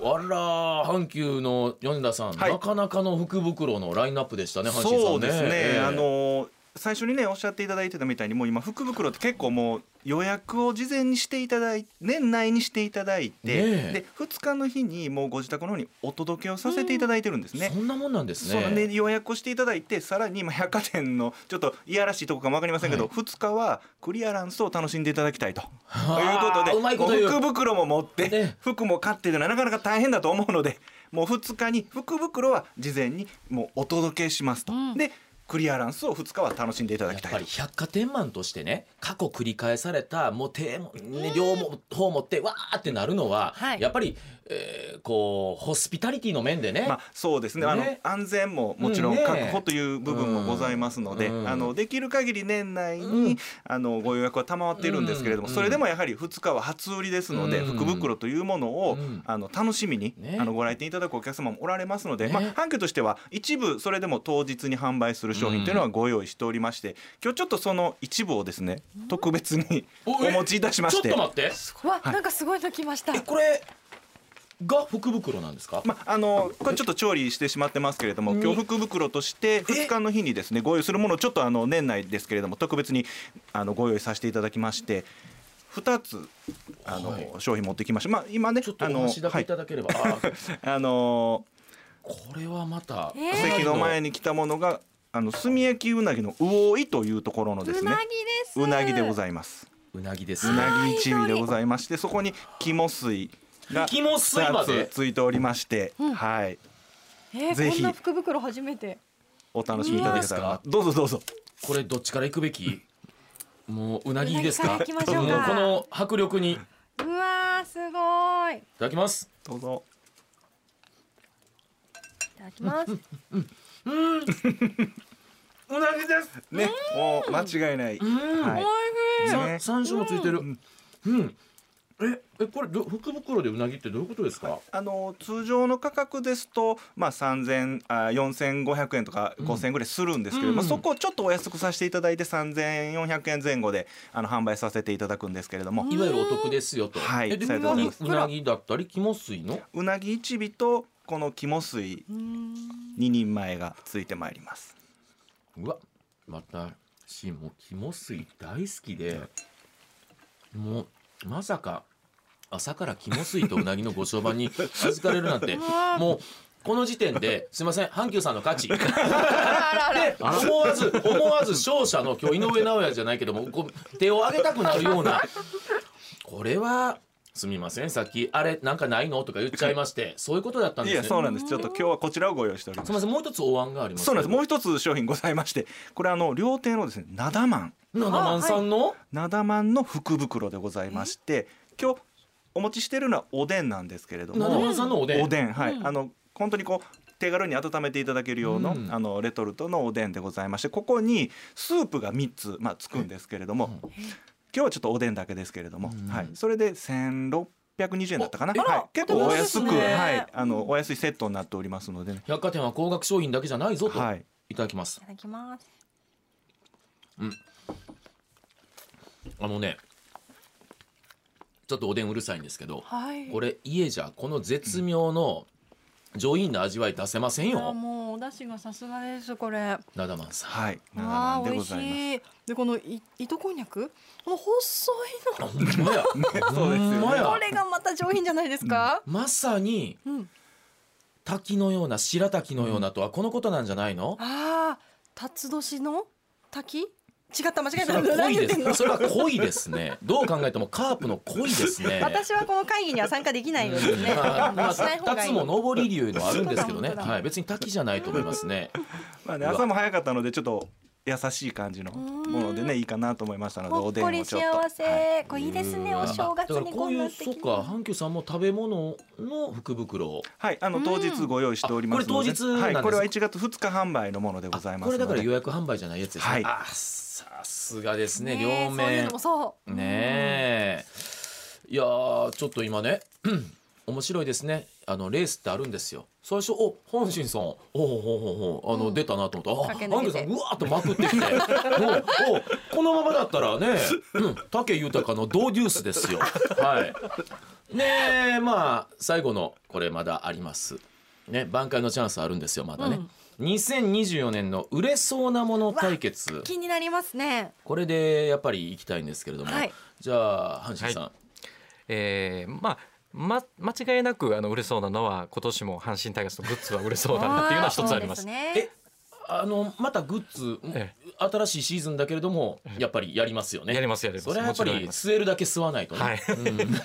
[SPEAKER 2] あらー、阪急の米田さん、
[SPEAKER 4] はい
[SPEAKER 2] なかなかの福袋のラインナップでしたね。阪神さんね
[SPEAKER 4] そうですね、
[SPEAKER 2] ええ
[SPEAKER 4] あの最初にねおっしゃっていただいてたみたいにもう今福袋って結構もう予約を事前にしていただい年内にしていただいて、
[SPEAKER 2] ねえ
[SPEAKER 4] で2日の日にもうご自宅の方にお届けをさせていただいてるんですね。
[SPEAKER 2] そんなもんなんです
[SPEAKER 4] そう
[SPEAKER 2] ね。
[SPEAKER 4] ね、予約をしていただいてさらに今百貨店のちょっといやらしいとこかも分かりませんけど、
[SPEAKER 2] は
[SPEAKER 4] 2日はクリアランスを楽しんでいただきたいと。と
[SPEAKER 2] あー
[SPEAKER 4] いうことで
[SPEAKER 2] うまいこと言う
[SPEAKER 4] もう福袋も持って、
[SPEAKER 2] ね
[SPEAKER 4] 服も買ってでなかなか大変だと思うのでもう2日に福袋は事前にもうお届けしますと。
[SPEAKER 3] うん
[SPEAKER 4] でクリアランスを2日は楽しんでいただ
[SPEAKER 2] や
[SPEAKER 4] き
[SPEAKER 2] った
[SPEAKER 4] い
[SPEAKER 2] ぱり百貨店マンとしてね過去繰り返されたもう手も、ね、両方持ってわーってなるのは、
[SPEAKER 3] はい
[SPEAKER 2] やっぱり、えーこうホスピタリティの面でね、
[SPEAKER 4] まあ、そうですね
[SPEAKER 2] ね
[SPEAKER 4] あの安全ももちろ
[SPEAKER 2] うん
[SPEAKER 4] ん
[SPEAKER 2] ね
[SPEAKER 4] 確保という部分もございますので、
[SPEAKER 2] うん
[SPEAKER 4] あのできる限り年内に、
[SPEAKER 2] うん
[SPEAKER 4] あのご予約は賜っているんですけれども、
[SPEAKER 2] うん
[SPEAKER 4] それでもやはり2日は初売りですので、
[SPEAKER 2] うん
[SPEAKER 4] 福袋というものを、
[SPEAKER 2] うん
[SPEAKER 4] あの楽しみに、
[SPEAKER 2] ね
[SPEAKER 4] あのご来店いただくお客様もおられますので、
[SPEAKER 2] ね
[SPEAKER 4] まあ、半径としては一部それでも当日に販売する商品というのはご用意しておりまして、今日ちょっとその一部をですね特別に
[SPEAKER 2] おえ
[SPEAKER 4] お持ちいたしま
[SPEAKER 2] ちょ
[SPEAKER 4] し。
[SPEAKER 2] ってと待って
[SPEAKER 3] わ、なんかすごいのきました。
[SPEAKER 2] えこれが福袋なんですか、
[SPEAKER 4] まあ、あのこれちょっと調理してしまってますけれども
[SPEAKER 2] うん
[SPEAKER 4] 今日福袋として2日の日にですねご用意するものをちょっとあの年内ですけれども特別にあのご用意させていただきまして2つあの、
[SPEAKER 2] はい
[SPEAKER 4] 商品持ってきました、まあ、今ね
[SPEAKER 2] ちょっと
[SPEAKER 4] あ
[SPEAKER 2] お
[SPEAKER 4] の
[SPEAKER 2] 話だ
[SPEAKER 4] は
[SPEAKER 2] けい
[SPEAKER 4] い
[SPEAKER 2] ただければ、あー
[SPEAKER 4] あの
[SPEAKER 2] これはまた、
[SPEAKER 3] えー
[SPEAKER 4] お席の前に来たものがあの炭焼きうなぎの魚いというところのです
[SPEAKER 3] う
[SPEAKER 4] ね
[SPEAKER 3] なぎです。
[SPEAKER 4] うなぎでご
[SPEAKER 3] い
[SPEAKER 4] ざいます
[SPEAKER 2] うなぎです
[SPEAKER 4] う
[SPEAKER 2] ね
[SPEAKER 4] なぎ一味でございましてそこに肝水が
[SPEAKER 2] 肝水まで
[SPEAKER 4] 二つついておりまして、はい
[SPEAKER 3] ます。え
[SPEAKER 4] ぜ
[SPEAKER 3] ー、こ
[SPEAKER 4] ひ
[SPEAKER 3] んな福袋初めて。
[SPEAKER 4] お楽しみいただけたら
[SPEAKER 2] いい
[SPEAKER 4] な
[SPEAKER 2] です
[SPEAKER 4] どうぞどうぞ
[SPEAKER 2] これどっちから行くべきもううなぎですか
[SPEAKER 3] うなぎから行きましょう
[SPEAKER 2] もこ
[SPEAKER 3] か
[SPEAKER 2] の迫力にいう
[SPEAKER 3] わー、すごい。い
[SPEAKER 2] ただきます
[SPEAKER 4] どうぞ
[SPEAKER 3] ただきます。
[SPEAKER 2] うなぎです
[SPEAKER 4] ね、もう間違いない。は
[SPEAKER 3] おいしい。
[SPEAKER 4] ね
[SPEAKER 2] さ山椒もついてるうん、ええこれど福袋でうなぎってどういうことですか、
[SPEAKER 4] あの通常の価格ですと、まあ三千あ四千五百円とか五千円ぐらいするんですけれども、
[SPEAKER 2] うん
[SPEAKER 4] そこをちょっとお安くさせていただいて三千四百円前後であの販売させていただくんですけれども、
[SPEAKER 2] いわゆるお得ですよと
[SPEAKER 4] はい
[SPEAKER 2] えで
[SPEAKER 4] さようで
[SPEAKER 2] うないぎ
[SPEAKER 4] ござます
[SPEAKER 2] うなぎだったり肝水の
[SPEAKER 4] うなぎ一尾とこの肝水二人前がついてまいります。
[SPEAKER 2] うわまたしもう肝水大好きでもうまさか朝から肝水とうなぎのご相伴に預かれるなん
[SPEAKER 4] [laughs]
[SPEAKER 2] て
[SPEAKER 3] わ
[SPEAKER 2] もうこの時点ですいません阪急さんの価
[SPEAKER 4] [laughs]
[SPEAKER 2] 値で
[SPEAKER 3] あらあら。
[SPEAKER 2] 思わず思わず勝者の今日井上尚弥じゃないけどもこう手を挙げたくなるようなこれはすみませんさっきあれなんかないのとか言っちゃいましてそういうことだったん
[SPEAKER 4] い
[SPEAKER 2] です
[SPEAKER 4] や、
[SPEAKER 2] ね
[SPEAKER 4] そうなんです。ちょっと今日はこちらをご用意しております
[SPEAKER 2] すみ。ませんもう一つお椀があります
[SPEAKER 4] そうなんです。もう一つ商品ございまして、これあの料亭のですね、なだまん。
[SPEAKER 2] 七万さんの
[SPEAKER 4] なだまんの福袋でございまして今日お持ちしてるのはおでんなんですけれど
[SPEAKER 2] 七
[SPEAKER 4] も
[SPEAKER 2] 万さんのおでん
[SPEAKER 4] おでんはい、あの本当にこう手軽に温めていただけるような、
[SPEAKER 2] うん
[SPEAKER 4] あのレトルトのおでんでございましてここにスープが3つ、まあ、つくんですけれども、今日はちょっとおでんだけですけれども、
[SPEAKER 2] うん
[SPEAKER 4] はい、それで1600 220円だったかな、
[SPEAKER 2] おあら
[SPEAKER 4] はい、結構お安
[SPEAKER 3] お
[SPEAKER 4] く、
[SPEAKER 3] 得ですね
[SPEAKER 4] はい、あのお安いセットになっておりますのでね、
[SPEAKER 2] 百貨店は高額商品だけじゃないぞと、、
[SPEAKER 4] はいい、
[SPEAKER 2] ただきます
[SPEAKER 3] いただきます。
[SPEAKER 2] あのねちょっとおでんうるさいんですけど
[SPEAKER 3] はい。
[SPEAKER 2] これ家じゃこの絶妙の上品な味わい出せません
[SPEAKER 3] いや
[SPEAKER 2] よ
[SPEAKER 3] もうお出汁がさすがですこれ。
[SPEAKER 2] なだまんさん
[SPEAKER 4] はい、長
[SPEAKER 3] あ
[SPEAKER 4] 々
[SPEAKER 3] ー
[SPEAKER 4] で
[SPEAKER 3] 美
[SPEAKER 4] ご
[SPEAKER 3] 味
[SPEAKER 4] ざいます。
[SPEAKER 3] しい。でこのい糸こんにゃくこの細いの
[SPEAKER 2] ほんまや
[SPEAKER 4] [laughs] そうですよね
[SPEAKER 2] ほんまや
[SPEAKER 3] これがまた上品じゃないですか。
[SPEAKER 2] まさに
[SPEAKER 3] うん。
[SPEAKER 2] 滝のような白滝のようなとはこのことなんじゃないの、
[SPEAKER 3] ああ辰年の滝？違った間違え
[SPEAKER 2] そ
[SPEAKER 3] た。
[SPEAKER 2] れは
[SPEAKER 3] 何
[SPEAKER 2] 恋
[SPEAKER 3] 言っ
[SPEAKER 2] で
[SPEAKER 3] てんの
[SPEAKER 2] す。それは恋ですね。どう考えてもカープの恋です
[SPEAKER 3] [laughs]
[SPEAKER 2] ね。
[SPEAKER 3] 私はこの会議には参加できないので
[SPEAKER 2] うん
[SPEAKER 3] すね。
[SPEAKER 2] まあまあ
[SPEAKER 3] しない方がい
[SPEAKER 2] 立つも
[SPEAKER 3] い。
[SPEAKER 2] 上り流のあるんですけどね。
[SPEAKER 3] そうだ本当だ
[SPEAKER 2] はい、別に滝じゃないと思いますね。
[SPEAKER 4] まあね、
[SPEAKER 2] うわ
[SPEAKER 4] 朝も早かったのでちょっと優しい感じのものでねいいかなと思いましたので
[SPEAKER 3] ほ
[SPEAKER 4] お
[SPEAKER 3] っ
[SPEAKER 4] でん
[SPEAKER 3] こ
[SPEAKER 4] を
[SPEAKER 3] り
[SPEAKER 4] ちょ
[SPEAKER 3] 幸
[SPEAKER 4] っと、はい
[SPEAKER 3] せ。これいいですね。
[SPEAKER 2] うわ
[SPEAKER 3] お正月
[SPEAKER 2] だから
[SPEAKER 3] に
[SPEAKER 2] こ
[SPEAKER 3] こ
[SPEAKER 2] うんい
[SPEAKER 3] な
[SPEAKER 2] う
[SPEAKER 3] 素
[SPEAKER 2] そう
[SPEAKER 3] 敵
[SPEAKER 2] か
[SPEAKER 3] な。
[SPEAKER 2] 阪急さんも食べ物の福袋を
[SPEAKER 4] はい、あの当日ご用意しておりますので、
[SPEAKER 2] あこれ当日なんです
[SPEAKER 4] は
[SPEAKER 2] か
[SPEAKER 4] い、これは1月2日販売のものでございます
[SPEAKER 2] これだ
[SPEAKER 4] の
[SPEAKER 2] から
[SPEAKER 4] で
[SPEAKER 2] 予約販売じゃないやつですね、
[SPEAKER 4] はい
[SPEAKER 2] あさすがですね
[SPEAKER 3] ね
[SPEAKER 2] 両
[SPEAKER 3] そういう
[SPEAKER 2] 面
[SPEAKER 3] のもそう。
[SPEAKER 2] ねえいやーちょっと今ねうん面白いですねあのレースってあるんですよ最初お本心さんおおおおあの、
[SPEAKER 3] うん
[SPEAKER 2] 出たなと思ったあ
[SPEAKER 3] 駆け
[SPEAKER 2] アンケ
[SPEAKER 3] 抜
[SPEAKER 2] さ
[SPEAKER 3] けて
[SPEAKER 2] んうわーっとまくってきておおこのままだったらね、うん、武豊のドーデュースですよはいねえまあ最後のこれまだありますね挽回のチャンスあるんですよまだね、2024年の売れそうなもの対決
[SPEAKER 3] 気になりますね。
[SPEAKER 2] これでやっぱり行きたいんですけれども、
[SPEAKER 3] はい
[SPEAKER 2] じゃあ阪神さん、
[SPEAKER 5] えーまあま間違
[SPEAKER 2] [laughs]
[SPEAKER 5] いなくあの売れそうなのは今年も阪神タイガースのグッズは売れそうだなっていうのは一つあります。
[SPEAKER 3] ーそうで
[SPEAKER 2] え
[SPEAKER 3] ね
[SPEAKER 2] あのまたグッズ、
[SPEAKER 5] え
[SPEAKER 2] 新しいシーズンだけれどもやっぱりやりますよね
[SPEAKER 5] やりますやります
[SPEAKER 2] それはやっぱ
[SPEAKER 5] もちろんや
[SPEAKER 2] り
[SPEAKER 5] ります
[SPEAKER 2] 吸えるだけ吸わないとね、
[SPEAKER 5] はい
[SPEAKER 2] うん、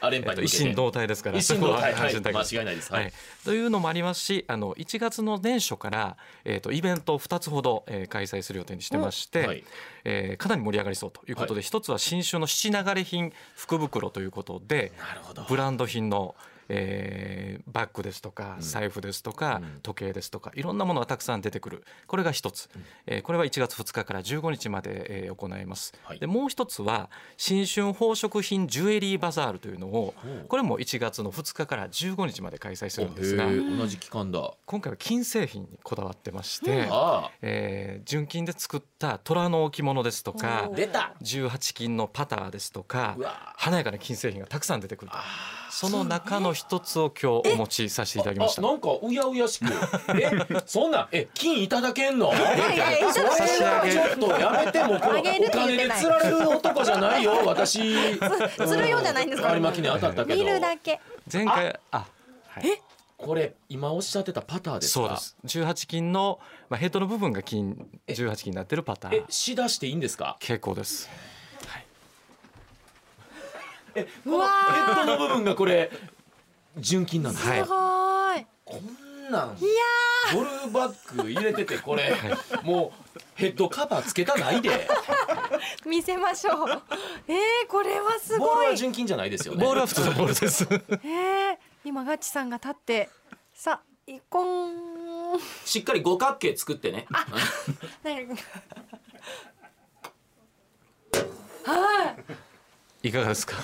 [SPEAKER 2] あ連
[SPEAKER 5] え
[SPEAKER 2] 敗
[SPEAKER 5] っと
[SPEAKER 2] と
[SPEAKER 5] 一
[SPEAKER 2] いけて
[SPEAKER 5] 心同体ですから
[SPEAKER 2] 一心同体
[SPEAKER 5] そこは
[SPEAKER 2] はい
[SPEAKER 5] 一心同体です
[SPEAKER 2] 間違いないです
[SPEAKER 5] は
[SPEAKER 2] はいい
[SPEAKER 5] というのもありますしあの1月の年初から、えー、とイベントを2つほど、えー開催する予定にしてまして、
[SPEAKER 2] はい
[SPEAKER 5] えーかなり盛り上がりそうということで、
[SPEAKER 2] はい
[SPEAKER 5] 一つは新種の七流れ品福袋ということで
[SPEAKER 2] なるほど
[SPEAKER 5] ブランド品の、えーバッグですとか財布ですとか、
[SPEAKER 2] うん
[SPEAKER 5] 時計ですとかいろんなものがたくさん出てくるこれが一つ、えーこれは1月2日から15日まで、えー行います、
[SPEAKER 2] はい
[SPEAKER 5] でもう一つは新春宝飾品ジュエリーバザールというのを
[SPEAKER 2] ほう
[SPEAKER 5] これも1月の2日から15日まで開催するんですが
[SPEAKER 2] おへー同じ期間だ、
[SPEAKER 5] 今回は金製品にこだわってまして、
[SPEAKER 2] あ
[SPEAKER 5] えー純金で作った虎の置物ですとか
[SPEAKER 2] あ出た
[SPEAKER 5] 18金のパターですとか
[SPEAKER 2] うわ
[SPEAKER 5] 華やかな金製品がたくさん出てくるとその中の一つを今日お持ちさせていただきました
[SPEAKER 2] あなんかうやうやしくえそんなんえ金いただけんの
[SPEAKER 3] いやいやい
[SPEAKER 2] それ
[SPEAKER 3] や
[SPEAKER 2] はちょっとやめてもこの
[SPEAKER 3] あげる
[SPEAKER 2] お
[SPEAKER 3] って言っ
[SPEAKER 2] 金
[SPEAKER 3] て
[SPEAKER 2] で
[SPEAKER 3] ない
[SPEAKER 2] 釣られる男じゃないよ私
[SPEAKER 3] 釣るようじゃないんですから
[SPEAKER 2] 有馬記念当たったけど
[SPEAKER 3] 見るだけ
[SPEAKER 5] 前回あはい
[SPEAKER 2] これ今おっしゃってたパターですか
[SPEAKER 5] そうです18金の、まあ、ヘッドの部分が金18金になってるパタ
[SPEAKER 2] え
[SPEAKER 5] ーン
[SPEAKER 2] しだしていいんですか
[SPEAKER 5] 結構です
[SPEAKER 3] うわ
[SPEAKER 2] ヘッドの部分がこれ純金なんです、
[SPEAKER 5] は
[SPEAKER 3] ー
[SPEAKER 5] い
[SPEAKER 3] す
[SPEAKER 2] こ
[SPEAKER 3] ごい
[SPEAKER 2] んなんゴルフバッグ入れててこれ、もうヘッドカバーつけたないで
[SPEAKER 3] 見せましょう [laughs] えー、これはす
[SPEAKER 2] ボー
[SPEAKER 3] ご
[SPEAKER 2] ル
[SPEAKER 3] い
[SPEAKER 2] は純金じゃないですよね
[SPEAKER 5] ボールは普通のボールです
[SPEAKER 2] [laughs]
[SPEAKER 3] えー、今ガッチさんが立ってさあイコン
[SPEAKER 2] しっかり五角形作ってね
[SPEAKER 3] なんか
[SPEAKER 5] いかがですか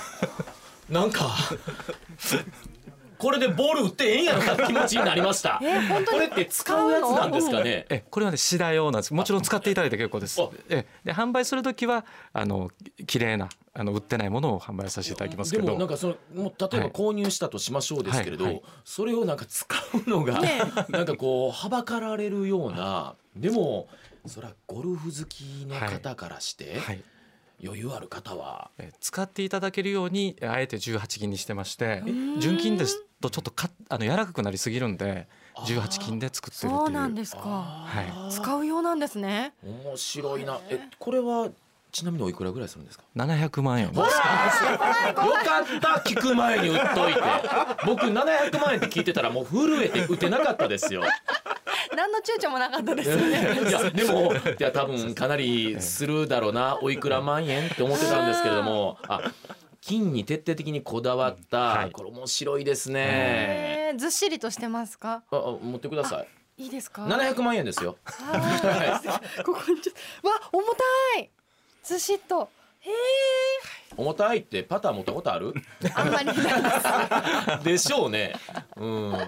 [SPEAKER 2] なんかこれでボール打ってええんやろなって気持ちになりました。
[SPEAKER 3] えー本当に
[SPEAKER 2] これって使うやつなんですかね。
[SPEAKER 5] えこれはね次第用なんですもちろん使っていただいて結構です
[SPEAKER 2] あ
[SPEAKER 5] えで販売する時はあのき綺麗なあの売ってないものを販売させていただきます
[SPEAKER 2] で
[SPEAKER 5] けど
[SPEAKER 2] もなんかそのもう例えば
[SPEAKER 5] はい
[SPEAKER 2] 購入したとしましょうですけれど、
[SPEAKER 5] はいはい
[SPEAKER 2] それをなんか使うの
[SPEAKER 5] [laughs]
[SPEAKER 2] が、
[SPEAKER 3] ね
[SPEAKER 2] なんかこうはばかられるようなでもそらゴルフ好きの方からして、
[SPEAKER 5] はい
[SPEAKER 2] 余裕ある方は
[SPEAKER 5] え使っていただけるようにあえて18金にしてまして純金ですとちょっとかあの柔らかくなりすぎるんで
[SPEAKER 2] あー
[SPEAKER 5] 18金で作ってるっていう
[SPEAKER 3] そうなんですか
[SPEAKER 2] あー
[SPEAKER 3] 使うようなんですね
[SPEAKER 2] 面白いなえこれはちなみにおいくらぐらいするんですか
[SPEAKER 5] 700万円です
[SPEAKER 2] よかった聞く前に売っといて僕700万円って聞いてたらもう震えて打てなかったですよ
[SPEAKER 3] 何の躊躇もなかったですよね
[SPEAKER 2] いやで
[SPEAKER 3] [laughs]
[SPEAKER 2] もいや多分かなりするだろうなおいくら万円って思ってたんですけれどもあ金に徹底的にこだわった、
[SPEAKER 5] はい
[SPEAKER 2] これ面白いですね、
[SPEAKER 3] えー、ずっしりとしてますか
[SPEAKER 2] ああ持ってください
[SPEAKER 3] いいですか
[SPEAKER 2] 700万円ですよ
[SPEAKER 3] あ
[SPEAKER 2] [laughs]
[SPEAKER 3] ーここにちょっとわ重たいずしっとへ
[SPEAKER 2] 重たいってパター持ったこと
[SPEAKER 3] [laughs]
[SPEAKER 2] ある
[SPEAKER 3] えあんまりないです
[SPEAKER 2] でしょうねうん
[SPEAKER 3] うわ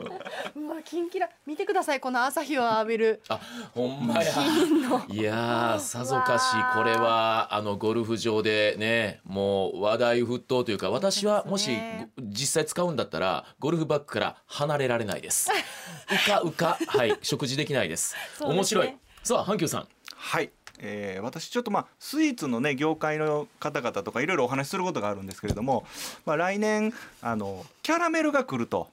[SPEAKER 3] キンキラ見てくださいこの朝日を浴びる
[SPEAKER 2] あほんまやいやーさぞかしこれはあのゴルフ場でねもう話題沸騰というか私はもし
[SPEAKER 3] ね
[SPEAKER 2] ご実際使うんだったらゴルフバッグから離れられないです
[SPEAKER 3] [laughs]
[SPEAKER 2] うかうかはい食事できないです
[SPEAKER 3] そうですね
[SPEAKER 2] 面白いさあ阪急さん
[SPEAKER 4] はい、えー私ちょっとまあスイーツのね業界の方々とかいろいろお話しすることがあるんですけれども、まあ、来年あのキャラメルが来ると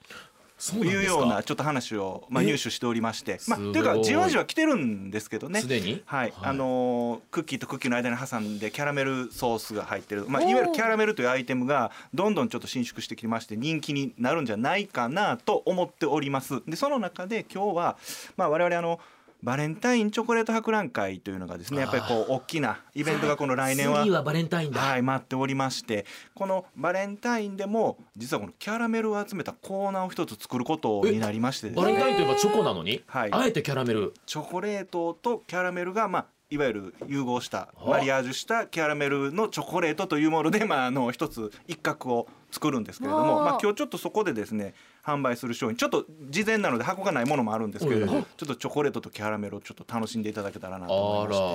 [SPEAKER 2] そうなん
[SPEAKER 4] いう
[SPEAKER 2] です
[SPEAKER 4] ような
[SPEAKER 2] か
[SPEAKER 4] ちょっと話を、まあ、
[SPEAKER 2] え
[SPEAKER 4] 入手しておりまして、まあ、
[SPEAKER 2] すご
[SPEAKER 4] と
[SPEAKER 2] い
[SPEAKER 4] いうかじわじわ来てるんですけどね
[SPEAKER 2] す。でに
[SPEAKER 4] はい、あのークッキーとクッキーの間に挟んでキャラメルソースが入ってる、まあ、
[SPEAKER 3] おー
[SPEAKER 4] いわゆるキャラメルというアイテムがどんどんちょっと伸縮してきまして人気になるんじゃないかなと思っておりますでその中で今日は、まあ、我々あのバレンタインチョコレート博覧会というのがですねやっぱりこう大きなイベントがこの来年は
[SPEAKER 2] 次はバレンタインだ、
[SPEAKER 4] はい、待っておりましてこのバレンタインでも実はこのキャラメルを集めたコーナーを一つ作ることになりましてです
[SPEAKER 2] バ
[SPEAKER 4] ね
[SPEAKER 2] レンタインといえばチョコなのに、
[SPEAKER 4] はい
[SPEAKER 2] あえてキャラメル
[SPEAKER 4] チョコレートとキャラメルが、まあ、いわゆる融合したマリアージュしたキャラメルのチョコレートというもので、まあ、あの一つ一角を作るんですけれども、
[SPEAKER 3] わあ
[SPEAKER 4] まあ、今日ちょっとそこでですね販売する商品ちょっと事前なので箱がないものもあるんですけれ
[SPEAKER 2] お
[SPEAKER 4] ど
[SPEAKER 2] いおい
[SPEAKER 4] もちょっとチョコレートとキャラメルをちょっと楽しんでいただけたらな
[SPEAKER 2] あ
[SPEAKER 4] と思いまして
[SPEAKER 2] ら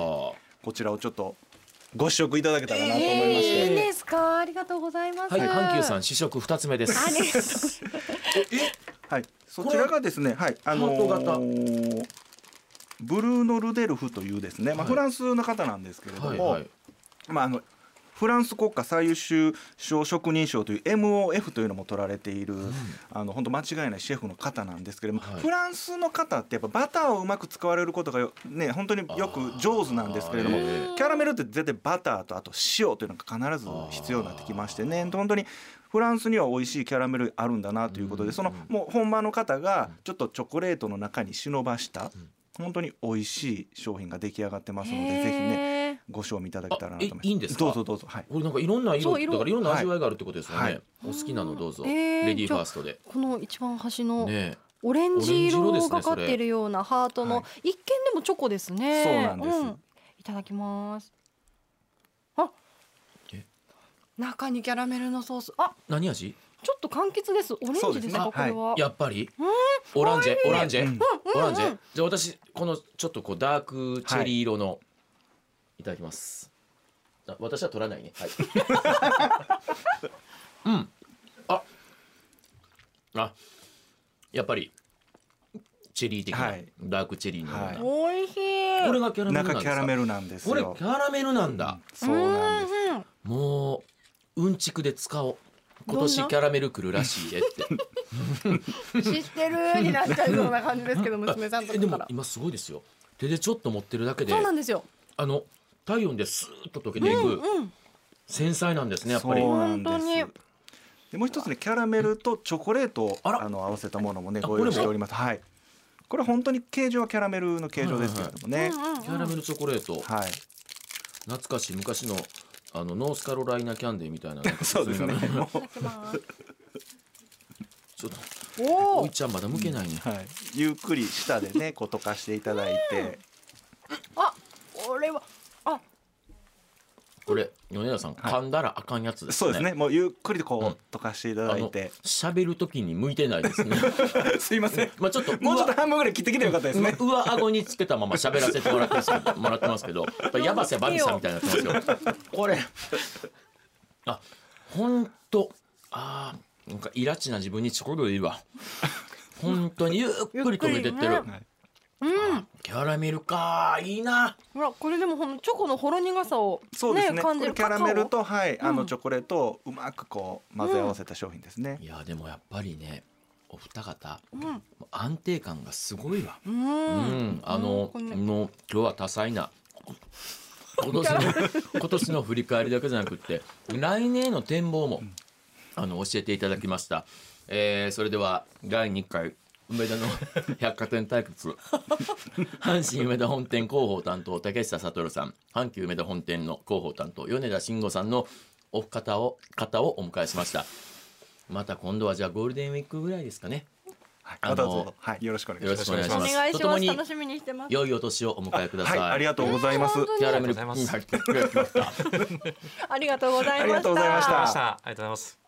[SPEAKER 4] こちらをちょっとご試食いただけたらなと思いまして。
[SPEAKER 3] えー、いいんですかありがとうございます、
[SPEAKER 2] はい阪急さん試食二つ目です
[SPEAKER 3] ありがとうございます
[SPEAKER 4] はい、そちらがですね、はい、あのー
[SPEAKER 2] ハート
[SPEAKER 4] ブルーノ・ルデルフというですね、まあ、
[SPEAKER 2] はい
[SPEAKER 4] フランスの方なんですけれども、
[SPEAKER 2] はいはい
[SPEAKER 4] まあ、あのフランス国家最優秀賞職人賞という MOF というのも取られている、あの本当間違いないシェフの方なんですけれども、
[SPEAKER 2] はい
[SPEAKER 4] フランスの方ってやっぱバターをうまく使われることがよね本当によく上手なんですけれども
[SPEAKER 2] あーえ
[SPEAKER 4] キャラメルって絶対バターとあと塩というのが必ず必要になってきましてね本当にフランスには美味しいキャラメルあるんだなということでそのもう本場の方がちょっとチョコレートの中に忍ばした本当に美味しい商品が出来上がってますのでぜひね
[SPEAKER 3] ね。
[SPEAKER 4] ご賞味いただけたらなと思いま
[SPEAKER 2] あえいいんですか
[SPEAKER 4] どうぞどうぞはい
[SPEAKER 2] これなんかいろんな色
[SPEAKER 3] そう色
[SPEAKER 2] だからいろんな味わいがあるってことですよね、
[SPEAKER 4] はい
[SPEAKER 2] お好きなのどうぞ、
[SPEAKER 3] えー
[SPEAKER 2] レディーファーストで
[SPEAKER 3] この一番端の
[SPEAKER 2] ね
[SPEAKER 3] オレンジ
[SPEAKER 2] オレンジ色で
[SPEAKER 3] 色
[SPEAKER 2] すね
[SPEAKER 3] がかってるようなハートの、
[SPEAKER 4] は
[SPEAKER 3] 一
[SPEAKER 4] い
[SPEAKER 3] 見でもチョコですね。
[SPEAKER 4] そうなんです
[SPEAKER 3] いただきます。あ
[SPEAKER 2] え、
[SPEAKER 3] 中にキャラメルのソース。あ、
[SPEAKER 2] 何味
[SPEAKER 3] ちょっと柑橘です。オレンジですか、
[SPEAKER 4] そうですね
[SPEAKER 3] これは。
[SPEAKER 2] やっぱりオランジェオランジェ、
[SPEAKER 4] うん
[SPEAKER 2] オランジェじゃあ私このちょっとこうダークチェリー色の、い、ただきますあ私は取らないね
[SPEAKER 4] [laughs]
[SPEAKER 2] はいうんああやっぱりチェリー的な、
[SPEAKER 4] はい
[SPEAKER 2] ダークチェリーの、
[SPEAKER 4] はい
[SPEAKER 3] 美味しい。
[SPEAKER 2] これがキャラメルなん
[SPEAKER 4] 中
[SPEAKER 2] です
[SPEAKER 4] キ
[SPEAKER 2] か
[SPEAKER 4] ャラメルなんです
[SPEAKER 2] これキ
[SPEAKER 4] よ
[SPEAKER 2] ャラメルなんだ、
[SPEAKER 4] そうなんです
[SPEAKER 3] うんうん
[SPEAKER 2] もううんちくで使おう今
[SPEAKER 3] どん
[SPEAKER 2] 年
[SPEAKER 3] な
[SPEAKER 2] キャラメル来るらしいでって
[SPEAKER 4] [laughs]
[SPEAKER 3] 知ってるになっちゃいそうな感じですけど娘さんと
[SPEAKER 2] え
[SPEAKER 3] か
[SPEAKER 2] で
[SPEAKER 3] か
[SPEAKER 2] も
[SPEAKER 3] ら
[SPEAKER 2] 今すごいですよ手でちょっと持ってるだけで
[SPEAKER 3] そうなんですよ
[SPEAKER 2] あの体温でスーッと溶けていく、
[SPEAKER 3] うん
[SPEAKER 2] 繊細なんですねやっぱり
[SPEAKER 4] そう
[SPEAKER 2] あ
[SPEAKER 4] なんで
[SPEAKER 3] 本当に
[SPEAKER 4] すでもう一つねキャラメルとチョコレートを
[SPEAKER 2] あら
[SPEAKER 4] あの合わせたものもね
[SPEAKER 2] あ
[SPEAKER 4] ご用意し
[SPEAKER 2] これ
[SPEAKER 4] て
[SPEAKER 2] も
[SPEAKER 4] おりますはいこれ本当に形状はキャラメルの形状ですけれどもね
[SPEAKER 3] うんうん
[SPEAKER 2] キャラメルチョコレート、
[SPEAKER 4] はい
[SPEAKER 2] [laughs] 懐かしい昔のあのノースカロライナキャンデーみたいな
[SPEAKER 4] [laughs] そうですね
[SPEAKER 2] いのが
[SPEAKER 4] もう
[SPEAKER 3] いただきます
[SPEAKER 2] ちょっと
[SPEAKER 3] お
[SPEAKER 2] お
[SPEAKER 3] お
[SPEAKER 2] いちゃんまだ向けないね、
[SPEAKER 4] はい、ゆっくり舌でねこう溶かしていただいて
[SPEAKER 3] あこれはあ
[SPEAKER 2] これ米田さん、
[SPEAKER 4] はい
[SPEAKER 2] 噛んだらあかんやつですね
[SPEAKER 4] そうですねもうゆっくりと
[SPEAKER 2] うん
[SPEAKER 4] こう溶かしていた
[SPEAKER 2] あ
[SPEAKER 4] だ
[SPEAKER 2] の
[SPEAKER 4] いて、
[SPEAKER 2] 喋る時に向いてないです
[SPEAKER 4] [laughs]
[SPEAKER 2] ね
[SPEAKER 4] すいません
[SPEAKER 2] まあちょっと
[SPEAKER 4] もうちょっと半分ぐらい切ってきてよかったですね、
[SPEAKER 2] うわ顎につけたまま喋らせてもらってますけど [laughs] もらってますけど、やっぱヤバセバビさんみたいになってますよ。これ、あ、本当、あー、なんかイラチな自分にちょうどいいわ。本当にゆっくり溶けてって
[SPEAKER 3] ゆっ
[SPEAKER 2] る
[SPEAKER 3] く。
[SPEAKER 4] はい
[SPEAKER 3] うん
[SPEAKER 2] キャラメルか、いいな。
[SPEAKER 3] ほらこれでもほんのチョコのほろ苦さを
[SPEAKER 4] そうですね
[SPEAKER 3] 感じる
[SPEAKER 4] これキャラメ
[SPEAKER 3] カ
[SPEAKER 4] ル
[SPEAKER 3] カオ
[SPEAKER 4] とはいあ
[SPEAKER 3] う
[SPEAKER 4] の
[SPEAKER 3] ん
[SPEAKER 4] チョコレートをうまくこう混ぜ合わせた商品ですね、
[SPEAKER 2] いやでもやっぱりね、お二方
[SPEAKER 3] うん
[SPEAKER 2] 安定感がすごいわ。
[SPEAKER 3] う
[SPEAKER 2] うんん、あの、
[SPEAKER 3] うんこれ
[SPEAKER 2] もう今日は多彩な。今年の、
[SPEAKER 3] [laughs]
[SPEAKER 2] 今年の振り返りだけじゃなくって、来年への展望も、あの教えていただきました。えーそれでは、第2回。梅田の [laughs] 百貨店対
[SPEAKER 4] [laughs]
[SPEAKER 2] 決阪神梅田本店広報担当竹下悟さん阪急梅田本店の広報担当米田慎吾さんのお方を方をお迎えしましたまた今度はじゃあゴールデンウィークぐらいですかね
[SPEAKER 4] はい
[SPEAKER 2] あの
[SPEAKER 4] またどうぞ、はい、よろしくお願いします
[SPEAKER 2] よろしくお願いし
[SPEAKER 3] お
[SPEAKER 2] ます
[SPEAKER 3] 願いし
[SPEAKER 2] とと
[SPEAKER 3] ま
[SPEAKER 2] も
[SPEAKER 3] す
[SPEAKER 2] に
[SPEAKER 3] 楽しみにしてます
[SPEAKER 2] 良いお年をお迎えくださ、
[SPEAKER 4] はいい、ありがとうございます。
[SPEAKER 2] キャラメル
[SPEAKER 5] ありがとうございます
[SPEAKER 2] うん入ってくれました
[SPEAKER 3] ありがとうございました
[SPEAKER 4] ありがとうございました
[SPEAKER 5] ありがとうございましたありがとうございます